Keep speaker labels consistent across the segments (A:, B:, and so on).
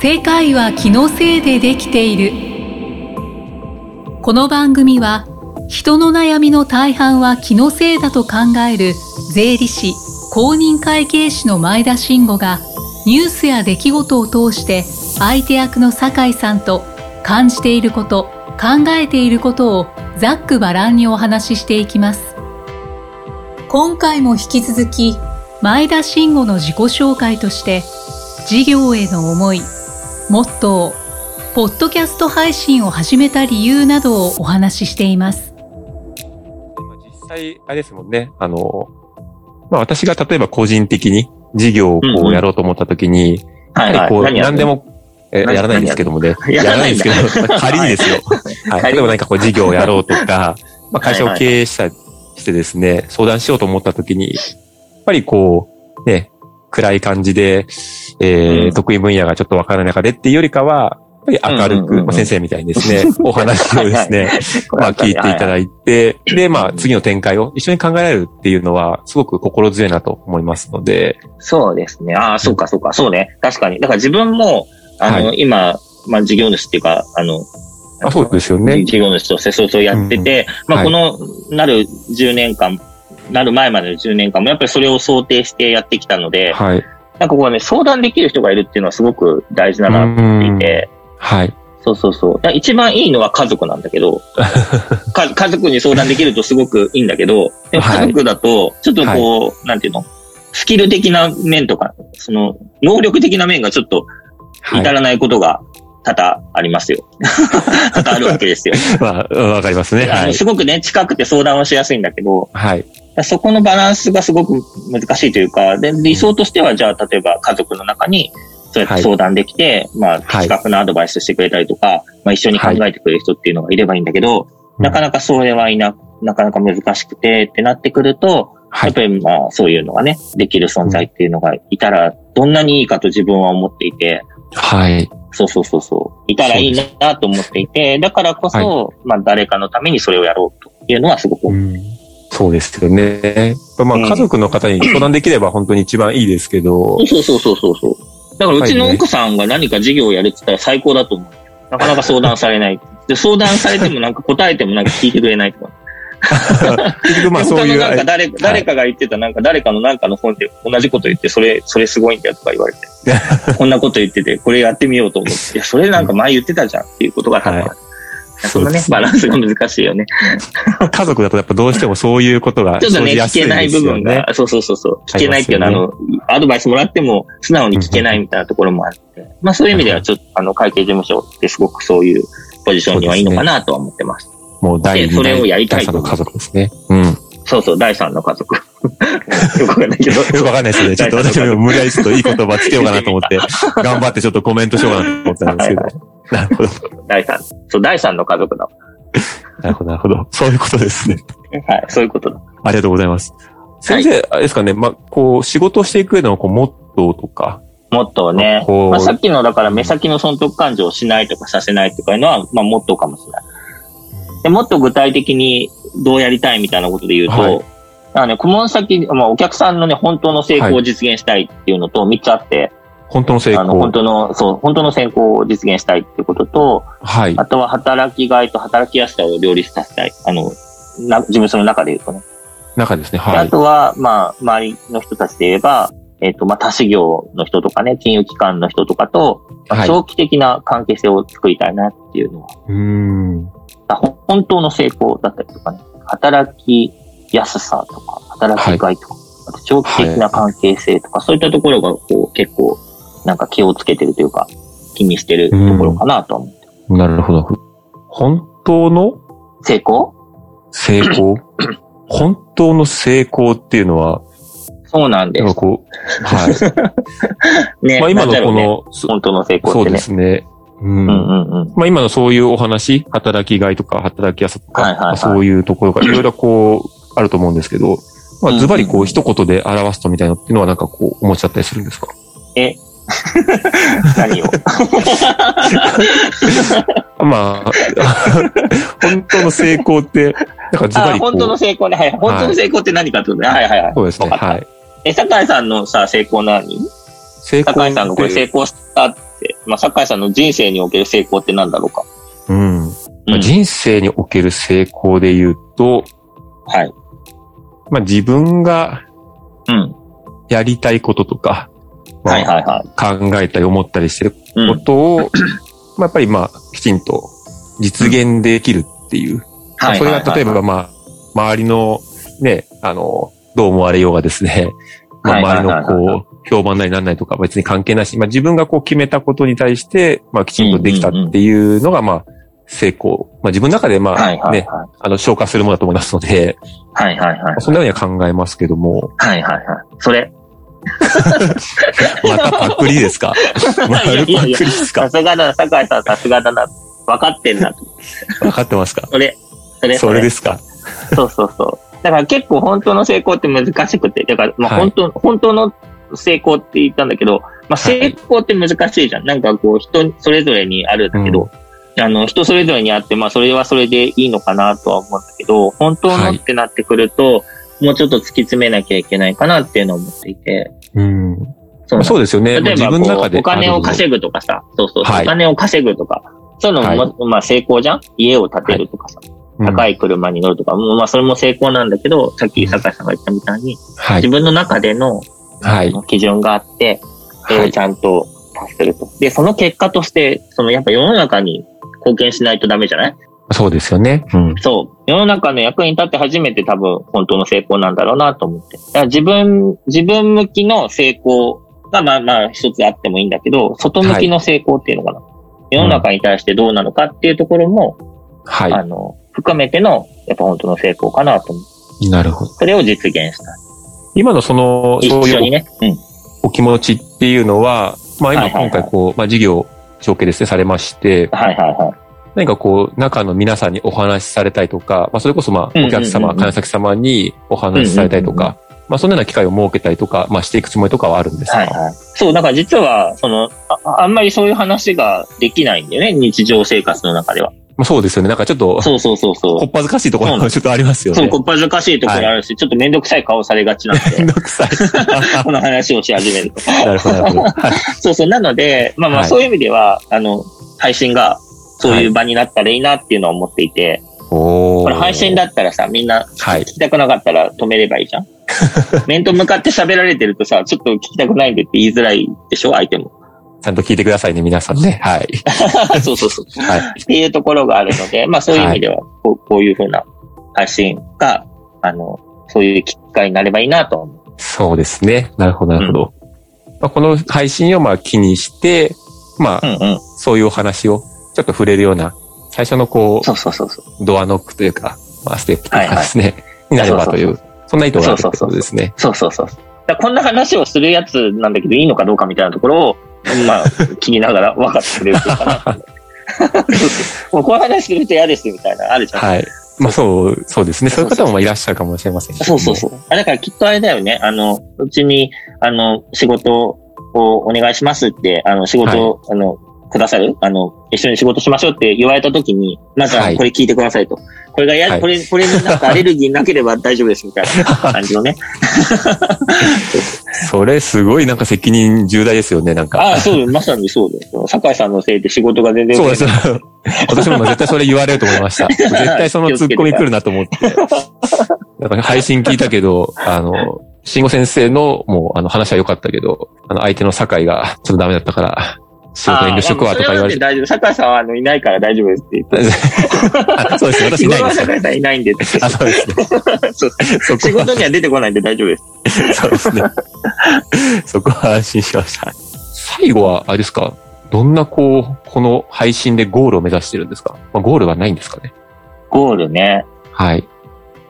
A: 世界は気のせいでできているこの番組は人の悩みの大半は気のせいだと考える税理士公認会計士の前田慎吾がニュースや出来事を通して相手役の酒井さんと感じていること考えていることをざっくばらんにお話ししていきます今回も引き続き前田慎吾の自己紹介として事業への思いモットー、ポッドキャスト配信を始めた理由などをお話ししています。
B: 今実際、あれですもんね。あの、まあ私が例えば個人的に事業を
C: うん
B: こ
C: うん
B: うやろうと思った時に、
C: はい、
B: や
C: は
B: っぱり
C: い。
B: こう、
C: やる
B: 何で。も、え
C: 何
B: やらないんですけどもね。
C: やらないんだ
B: やらですけど、 まあ仮にですよ。はい。
C: 仮
B: 例
C: に
B: えば何かこう事業をやろうと か、まあ会社
C: は
B: を
C: いはい
B: 経営した、してですね、相談しようと思った時に、やっぱりこう、ね、暗い感じで、えー
C: うん
B: 得意分野がちょっとわからない中でっていうよりかは、やっぱり明るく、
C: うんうんうんうん
B: まあ先生みたいにです ね、お話をですね、 まあ、聞いていた
C: い
B: だいて、で、ま
C: う
B: あ、
C: ん
B: 次の展開を一緒に考えられるっていうのは、すごく心強いなと思いますので、
C: そうですね。ああ、そうか、そうか、そうね。確かに。だから自分も、あの、
B: は
C: 今、まあ、事業主っていうか、あの、
B: あそうですよね。
C: 事業主としてそうそうやってて、ま
B: は
C: あ、
B: い
C: この、なる10年間、なる前までの10年間も、やっぱりそれを想定してやってきたので、
B: はい。
C: なんかこうね、相談できる人がいるっていうのはすごく大事だなと思っていて、
B: はい。
C: そうそうそう。だから一番いいのは家族なんだ けど、か家族に相談できるとすごくいいんだけど、でも
B: はい
C: 家族だと、ちょっとこう、なんていうの、スキル的な面とか、その、能力的な面がちょっと
B: は
C: 至
B: い。
C: らないことが多々ありますよ。多々あるわけで すよ。
B: まあ、わかりますね。
C: あ
B: は
C: の
B: い。
C: すごくね、近くて相談をしやすいんだけど、
B: はい。
C: そこのバランスがすごく難しいというか、で理想としては、じゃあ、例えば家族の中に、そうやって相談できて、まあ、
B: はい
C: 企画のアドバイスしてくれたりとか、まあ、一緒に考えてくれる人っていうのがいればいいんだけど、
B: うん
C: なかなかそれはいな、なかなか難しくてってなってくると、
B: は
C: やっ
B: い。
C: ぱりまあ、そういうのがね、できる存在っていうのがいたら、どんなにいいかと自分は思っていて、
B: はい。
C: そうそうそうそう、いたらいいなと思っていて、だからこそ、まあ、誰かのためにそれをやろうというのはすごく思う
B: うんそうですよね。まあ、
C: うん
B: 家族の方に相談できれば本当に一番いいですけど、
C: そうそうそうそうそう。だからうちの奥さんが何か事業をやるって言ったら最高だと思う。なかなか相談されない。 で相談されてもなんか答えてもなんか聞いてくれないとか。
B: 結局まあ、そう
C: 他
B: い
C: の
B: う、
C: なんか
B: あ
C: 誰誰かが言ってたなんか誰かのなんかの本で同じこと言って、それ、それすごいんだよとか言わ れて。こんなこと言ってて、これやってみようと思って。いや、それなんか前言ってたじゃんっていうことが多分ある。
B: は
C: その
B: そうで
C: ね、
B: すね
C: バランスが難しいよね。
B: 家族だとやっぱどうしてもそういうことが
C: ちょっと
B: 生
C: ね、
B: じや
C: 聞
B: すい
C: けない
B: です
C: 部
B: よ
C: 分
B: ね
C: が。、そうそうそうそう、聞けないっていうのは、
B: あり
C: あの、アドバイスもらっても、素直に聞けないみたいなところもあって、まあそういう意味では、ちょっと、あの、会計事務所ってすごくそういうポジションにはいいのかなとは思ってます。
B: もう第
C: で
B: 二
C: それをやり
B: 第
C: た
B: 第三
C: い
B: の家族ですね。うん。よ
C: そうそう、第三の家 族。よくわかんないけど。
B: く わかんないですよね。ちょっと私も無理やりちょっといい言葉つけようかなと思 って、頑張ってちょっとコメントしようかなと思ったんですけど。なるほど。
C: 第三。そう、第三の家族だ。は
B: なるほど、なるほど。そういうことですね。
C: い、そういうことだ。
B: ありがとうございます。
C: は
B: 先
C: い
B: 生、あれですかね、まあ、こう、仕事をしていく上での、こう、モットーとか。
C: もっとね、
B: こう
C: まあさっきの、だから目先の損得感情をしないとかさせないとかいうのは、まあもっとかもしれない。でもっと具体的にどうやりたいみたいなことで言うと、
B: はい
C: あのね、顧問先、まあ、お客さんのね、本当の成功を実現したいっていうのと3つあって、
B: 本当の成
C: あの、本
B: 功。
C: 当の、そう、本当の成功を実現したいっていうことと、
B: はい。
C: あとは働きがいと働きやすさを両立させたい。あの、な事務所の中で言うとね。
B: 中ですね。
C: で
B: は
C: あ
B: い。
C: とは、まあ、周りの人たちで言えば、えっ、と、まあ、他事業の人とかね、金融機関の人とかと、まあ
B: はい。
C: 長期的な関係性を作りたいなっていうのは
B: うーん。
C: だほ本当の成功だったりとかね、働きやすさとか、働きがいとか、あと長期的な関係性とか、そういったところがこう結構なんか気をつけてるというか、気にしてるところかなとは思う。
B: なるほど。本当の
C: 成功
B: 成 功。本当の成功っていうのは、
C: そうなんで
B: なんかこう、はい。
C: す。ね、
B: まあ今の
C: なんだろ
B: こ
C: うね、
B: の、そ
C: 本当の成功
B: そ
C: っ
B: う
C: て
B: で
C: ね。
B: すね。う
C: うんん。うんうん。
B: まあ今のそういうお話、働きがいとか働きやすさとか、
C: はいはいはい
B: そういうところがいろいろこうあると思うんですけど、ま
C: うんう
B: あ
C: ん
B: ズバリこう一言で表すとみたいなのっていうのはなんかこう思っちゃったりするんですか
C: 何を。
B: まあ、 本当の成功って、なんかズバ
C: あ、
B: リこう。
C: 本当の成功ね。はい。本当の成功って何かってことね。はいはいはい。
B: そうですね。
C: わかった
B: はい。
C: え、酒井さんのさ、成功何
B: 成功
C: 酒井さんがこれ成
B: って、
C: 功したってまあ、酒井さんの人生における成功って何だろうか。
B: うん。ま
C: う
B: あ、
C: ん
B: 人生における成功で言うと、
C: はい。
B: まあ、自分が
C: うん。
B: やりたいこととか、まあ
C: はいはいはい。
B: 考えたり思ったりしてる
C: う
B: こ
C: ん。
B: とを、 まあ、やっぱりまあ、きちんと実現できるっていう。まあそれが例えばまあ、周りのね、あの、どう思われようがです ね、まあ、
C: はいはいはいはい
B: 周りのこう、評判なりなんないとか別に関係ないし、まあ自分がこう決めたことに対して、まあきちんとできたっていうのが、まあ、成功。まあ自分の中でま
C: はい
B: あ、
C: はい
B: ね、
C: は
B: あの、消化するものだと思いますので、
C: い。はいはいはい。
B: そんなようには考えますけど も、
C: はいはいはい。それ。
B: またパクリですか丸パク
C: いやい
B: リ
C: や
B: です
C: さ
B: か
C: すがだな、酒井さんさすがだな。分かってんな。
B: わかってますか
C: それ。それ。
B: それですか
C: そうそうそう。だから結構本当の成功って難しくて、だからまあ
B: はい
C: 本当、本当の成功って言ったんだけど、
B: は
C: まあ
B: い
C: 成功って難しいじゃん。なんかこう人それぞれにあるんだけど、あの人それぞれにあって、まあそれはそれでいいのかなとは思うんだけど、本当
B: は
C: の
B: い
C: ってなってくると、もうちょっと突き詰めなきゃいけないかなっていうのを思っていて。
B: うん。
C: そ
B: まあそう
C: う
B: ですよ
C: な
B: ね。
C: の
B: もう
C: 例え
B: 自
C: ば
B: 分の中
C: こう
B: で。
C: お金を
B: ぐ。
C: 稼ぐとかさ、そうそう、
B: はい
C: お金を稼ぐとか、そういうのも、まあ成功じゃん家を建てるとかさ。
B: うん
C: 高い車に乗るとか、もうまあそれも成功なんだけど、さっき酒井さんが言ったみたいに、
B: は
C: 自
B: い。
C: 分の中での
B: はい
C: あの基準があって、それ
B: は
C: を
B: い
C: ちゃんと達すると。で、その結果として、そのやっぱ世の中に貢献しないとダメじゃない
B: そうですよね。うん。
C: そう。世の中の役に立って初めて多分本当の成功なんだろうなと思って。だから自分、自分向きの成功がまあまあ一つあってもいいんだけど、外向きの成功っていうのかな。世の中に対してどうなのかっていうところも、
B: はい。
C: あの、含めての、やっぱ本当の成功かなと思って。
B: なるほど。
C: それを実現した。
B: 今のその、
C: 一
B: そう
C: 緒に
B: いう
C: ね。うん。
B: おお気持ちっていうのは、まあ今
C: はいはいは
B: 今
C: い
B: 回こう、まあ事業承継ですね、されまして、
C: はいはいは
B: 何かこう、中の皆さんにお話しされたりとか、まあそれこそまあ
C: うんうんうん
B: お客様、金崎様にお話しされたりとか、まあそんなような機会を設けたりとか、まあしていくつもりとかはあるんです
C: い。はい
B: か
C: はい。そう、だから実は、そのあ、あんまりそういう話ができないんだよね。日常生活の中では。
B: まあそうですよね。なんかちょっと、
C: そうそうそうそ
B: こ
C: う
B: っ。ぱずかしいところ
C: そ
B: もちょっとありますよ
C: そう、
B: ね
C: こ。っぱずかしいところあるし、ちょっとめんどくさい顔されがちなん
B: めん
C: で、
B: どくさい。
C: この話をし始めると。
B: なるほど、なるほど。はい
C: そうそう、なので、まあまあ、
B: はい
C: そういう意味では、あの、配信が、そういう場になったらいいなっていうのは思っていて、
B: おー
C: これ配信だったらさ、みんな
B: はい
C: 聞。きたくなかったら止めればいい じゃん。面と向かって喋られてるとさ、ちょっと聞きたくないんでって言いづらいでしょ相手も。
B: ちゃんと聞いてくださいね、皆さんね。はい。
C: そうそうそう。っ
B: はい。
C: ていうところがあるので、まあそういう意味では、こうこういうふうな配信が、あの、そういうきっかけになればいいなと思う。
B: そうですね。なるほど、なるほど。まあ、この配信をまあ気にして、ま
C: う
B: あ、
C: んうん。
B: そういうお話をちょっと触れるような、最初のこ
C: そうそうそうそう。
B: う、ドアノックというか、まあ、ステップというかですね、になればとい、
C: そう
B: そんな意図があるってことですね。
C: そうそうそう。だからこんな話をするやつなんだけど、いいのかどうかみたいなところを、まあ、聞きながら分かってくれるといいかなと思 って。そうそうもうこういう話する人嫌ですみたいな、あるじゃん。
B: はい。まあ、そう、そうですね。そういう方もまあいらっしゃるかもしれませんけど
C: そうそうそう。あだからきっとあれだよね。あの、うちに、あの、仕事をお願いしますって、あの、仕事を、あの、くださるあの、一緒に仕事しましょうって言われた時に、まずは
B: はい
C: これ聞いてくださいと。これが嫌、
B: はい
C: これ、これになんかアレルギーなければ大丈夫ですみたいな感じのね。
B: それすごいなんか責任重大ですよね、なん
C: あ
B: か。
C: あ、そうだよまさにそうだよ酒井さんのせいで仕事が全然
B: そうです。 私も今絶対それ言われると思いました。絶対そのツッコミ来るなと思って。なんか配信聞いたけど、あの、慎吾先生のもうあの話は良かったけど、あの相手の酒井が ちょっとダメだったから、仕事遠慮しとくわとか言われて。
C: ああまあそれはね大丈夫。酒井さんはあのいないから大丈夫ですって言って。
B: あそうですね、私い
C: 仕
B: ない
C: 事
B: んですよ
C: は酒井さんいないんでって。
B: あ、そうですね。
C: そ
B: そ
C: う仕
B: こは、
C: 事には出てこないんで大丈夫です。
B: そうですね。そこは安心しました。最後は、あれですかどんなこう、この配信でゴールを目指してるんですか、まあ、ゴールはないんですかね
C: ゴールね。
B: はい。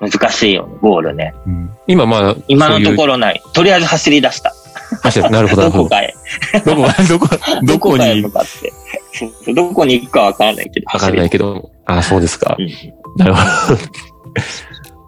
C: 難しいよね、ゴールね。
B: 今まあ、
C: 今
B: そう
C: の
B: いう
C: ところない。とりあえず走り出した。
B: あそうなるほど、な
C: ど
B: るほ
C: こ
B: ど。
C: かへ。
B: どこ、どこ、どこ
C: かへ
B: に
C: 向、かって。そうどこに行くかわからないけど、
B: わからないけど。あ、そうですか
C: 走。り出した。
B: なるほど。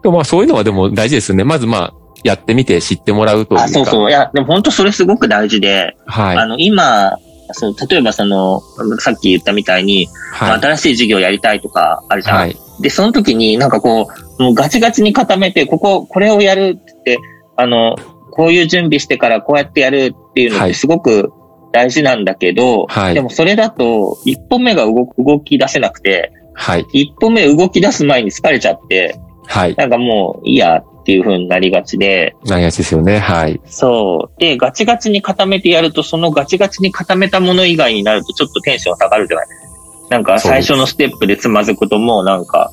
B: でもまあ、そういうのはでも大事ですよね。まずまあ、やってみて知ってもらうと
C: う
B: いうか。
C: んあ、そうそう。いや、でも本当それすごく大事で、
B: はい。
C: あの、今、そう、例えばその、さっき言ったみたいに、
B: はい。
C: 新しい事業やりたいとかあるじゃん。
B: はい。
C: で、その時になんかこう、もうガチガチに固めて、ここ、これをやるって、あの、こういう準備してからこうやってやるっていうのっ
B: はい
C: てすごく、大事なんだけど、
B: はい
C: でもそれだと、一歩目が動く動き出せなくて、
B: はい。
C: 一歩目動き出す前に疲れちゃって、
B: はい。
C: なんかもういいやっていう風になりがちで、
B: なりがちですよね。はい。
C: そう。で、ガチガチに固めてやると、そのガチガチに固めたもの以外になると、ちょっとテンション下がるじゃないなんか
B: そうで
C: 最
B: す
C: 初のステップでつまずくともうなんか、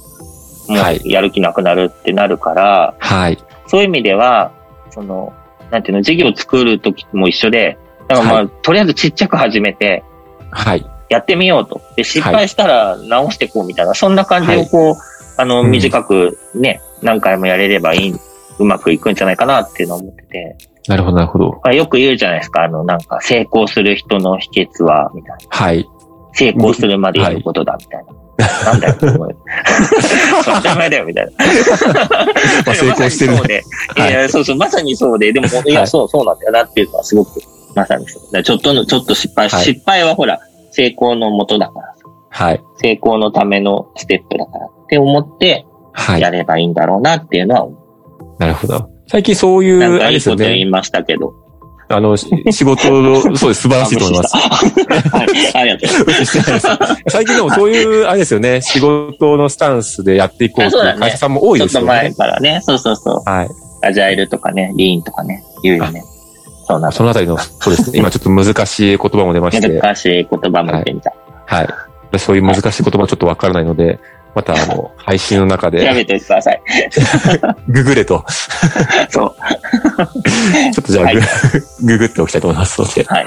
C: も
B: はいう
C: やる気なくなるってなるから、
B: はい。
C: そういう意味では、その、なんていうの、事業を作るときも一緒で、だからまあ、
B: は
C: とりあえずちっちゃく始めて、
B: はい。
C: やってみようと。で、失敗したら直してこうみたいな、そんな感じをこう、あの、
B: うん
C: 短くね、何回もやれればいい、うまくいくんじゃないかなっていうのを思ってて、
B: なるほど、なるほど。
C: まあ、よく言うじゃないですか、あの、なんか、成功する人の秘訣は、みたいな。
B: はい。
C: 成功するまでやることだ、みたいな。 なんだよ、お前当たり前だよ、みたいな。
B: まあ成功してる
C: そうで。い
B: はい
C: や、そうそう、まさにそうで、でも、い
B: は
C: や、
B: い
C: そう、そうなんだよなっていうのはすごく、まさにそう。だからちょっとの、ちょっと失敗、
B: はい
C: 失敗はほら、成功のもとだから。
B: はい。
C: 成功のためのステップだからって思って、
B: はい
C: や。ればいいんだろうなっていうのは、
B: なるほど。最近そういう、
C: なん
B: あ
C: か
B: れ
C: い
B: で
C: い
B: す
C: こ
B: よ
C: と言い
B: ね。
C: ましたけど。
B: あの、し仕事の、そうです。素晴らしいと思います。
C: す。 はい、ありがとうございます。
B: 無視してないです最近でもそういう、あれですよ ね。仕事のスタンスでやっていこうって
C: あそうだ
B: い
C: ね
B: う会社さんも多い
C: ちょ
B: で
C: っ
B: すよ
C: と前
B: ね。
C: からね、そうそうそう。
B: はい。
C: アジャイルとかね、リーンとかね、言うよね。そうなんだ
B: そのあたりの、そうですね。 今ちょっと難しい言葉も出まして。
C: 難しい言葉も言ってみた。
B: はい。そういう難しい言葉ちょっとわからないので、またあ の、配信の中
C: 調
B: で、
C: べておいてくださ い。
B: ググれと、
C: そ
B: ちょ
C: う。
B: っとじゃ
C: は
B: あ
C: い
B: グ、 ググっておきたいと思いますので、
C: はい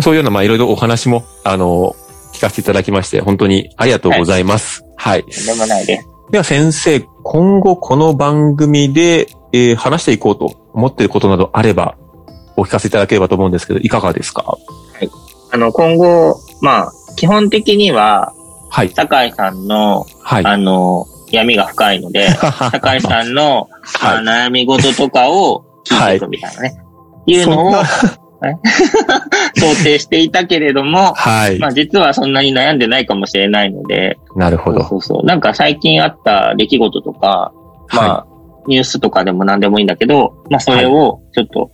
B: そういうような、まあ、いろいろお話も、あの、聞かせていただきまして、本当にありがとうございます。はい。
C: とんでもないです。
B: では先生、今後この番組で、えー話していこうと思っていることなどあれば、お聞かせいただければと思うんですけど、いかがですか
C: あの、今後、まあ、基本的には、
B: はい。
C: 酒井さんの、
B: はい。
C: あの、闇が深い ので、酒井さんの、まあ
B: はい。
C: 悩み事とかを聞いていくみたいなね。い、うのを
B: そんな
C: 想定していたけれども、
B: はい
C: ま。あ実はそんなに悩んでないかもしれないので、
B: なるほど。
C: そうそう。なんか最近あった出来事とか、まあ、
B: は
C: ニュースとかでも何でもいいんだけど、まあそれをちょっと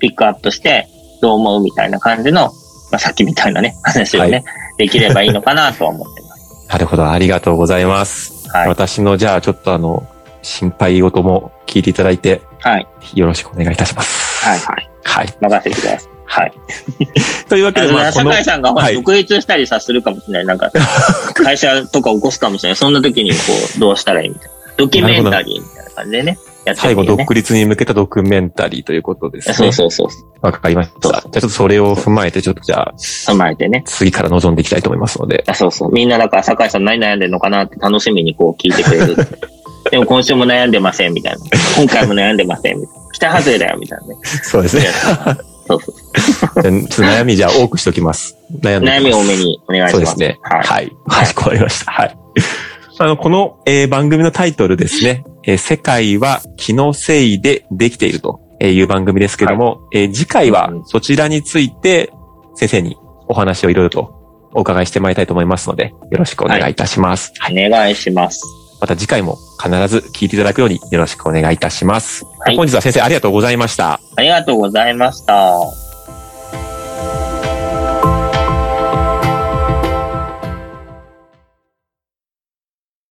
C: ピックアップして、どう思うみたいな感じの、まあさっきみたいなね、 話をね、
B: はい
C: できればいいのかなとは思ってます。
B: い。なるほど。ありがとうございます。
C: はい。
B: 私の、じゃあ、ちょっとあの、心配事も聞いていただいて、
C: はい。
B: よろしくお願いいたします。
C: はい。。はい。
B: はい。
C: 任せてくださ い。はい。
B: というわけ
C: あ
B: で、
C: の
B: まあ、この、
C: 酒井さんがほら
B: はい
C: 独立したりさ、するかもしれない。な んか、会社とか起こすかもしれない。そんな時に、こう、どうしたらいいみたいな。ドキュメンタリーみたいな感じでね、やって
B: 最
C: み
B: 後、
C: るね。
B: 独立に向けたドキュメンタリーということですね。
C: そうそうそう。
B: わかりました。じゃあ、ちょっとそれを踏まえて、ちょっとじゃあ、
C: 踏まえてね。
B: 次から望んでいきたいと思いますので。
C: あそうそう。みんなだから、酒井さん何悩んでるのかなって楽しみにこう聞いてく れる。でも今週も悩んでません、みたいな。今回も悩んでません、みたいな。北外れだよ、みたいなね。
B: そうですね。
C: そうそう。
B: じゃあちょっと悩みじゃあ多くしておきます。悩んでお
C: 悩
B: きます
C: み多めにお願いし
B: そ
C: ます。
B: うですね。
C: はい。
B: はい。かしこまりました。はい。あの、この、えー番組のタイトルですね、えー世界は気のせいでできているという番組ですけども、えー次回は
C: うん
B: そちらについて先生にお話をいろいろとお伺いしてまいりたいと思いますので、よろしくお願いいたします。はい。
C: お願いします。
B: また次回も必ず聞いていただくようによろしくお願いいたします。
C: はい
B: 本日は先生ありがとうございました。
C: ありがとうございました。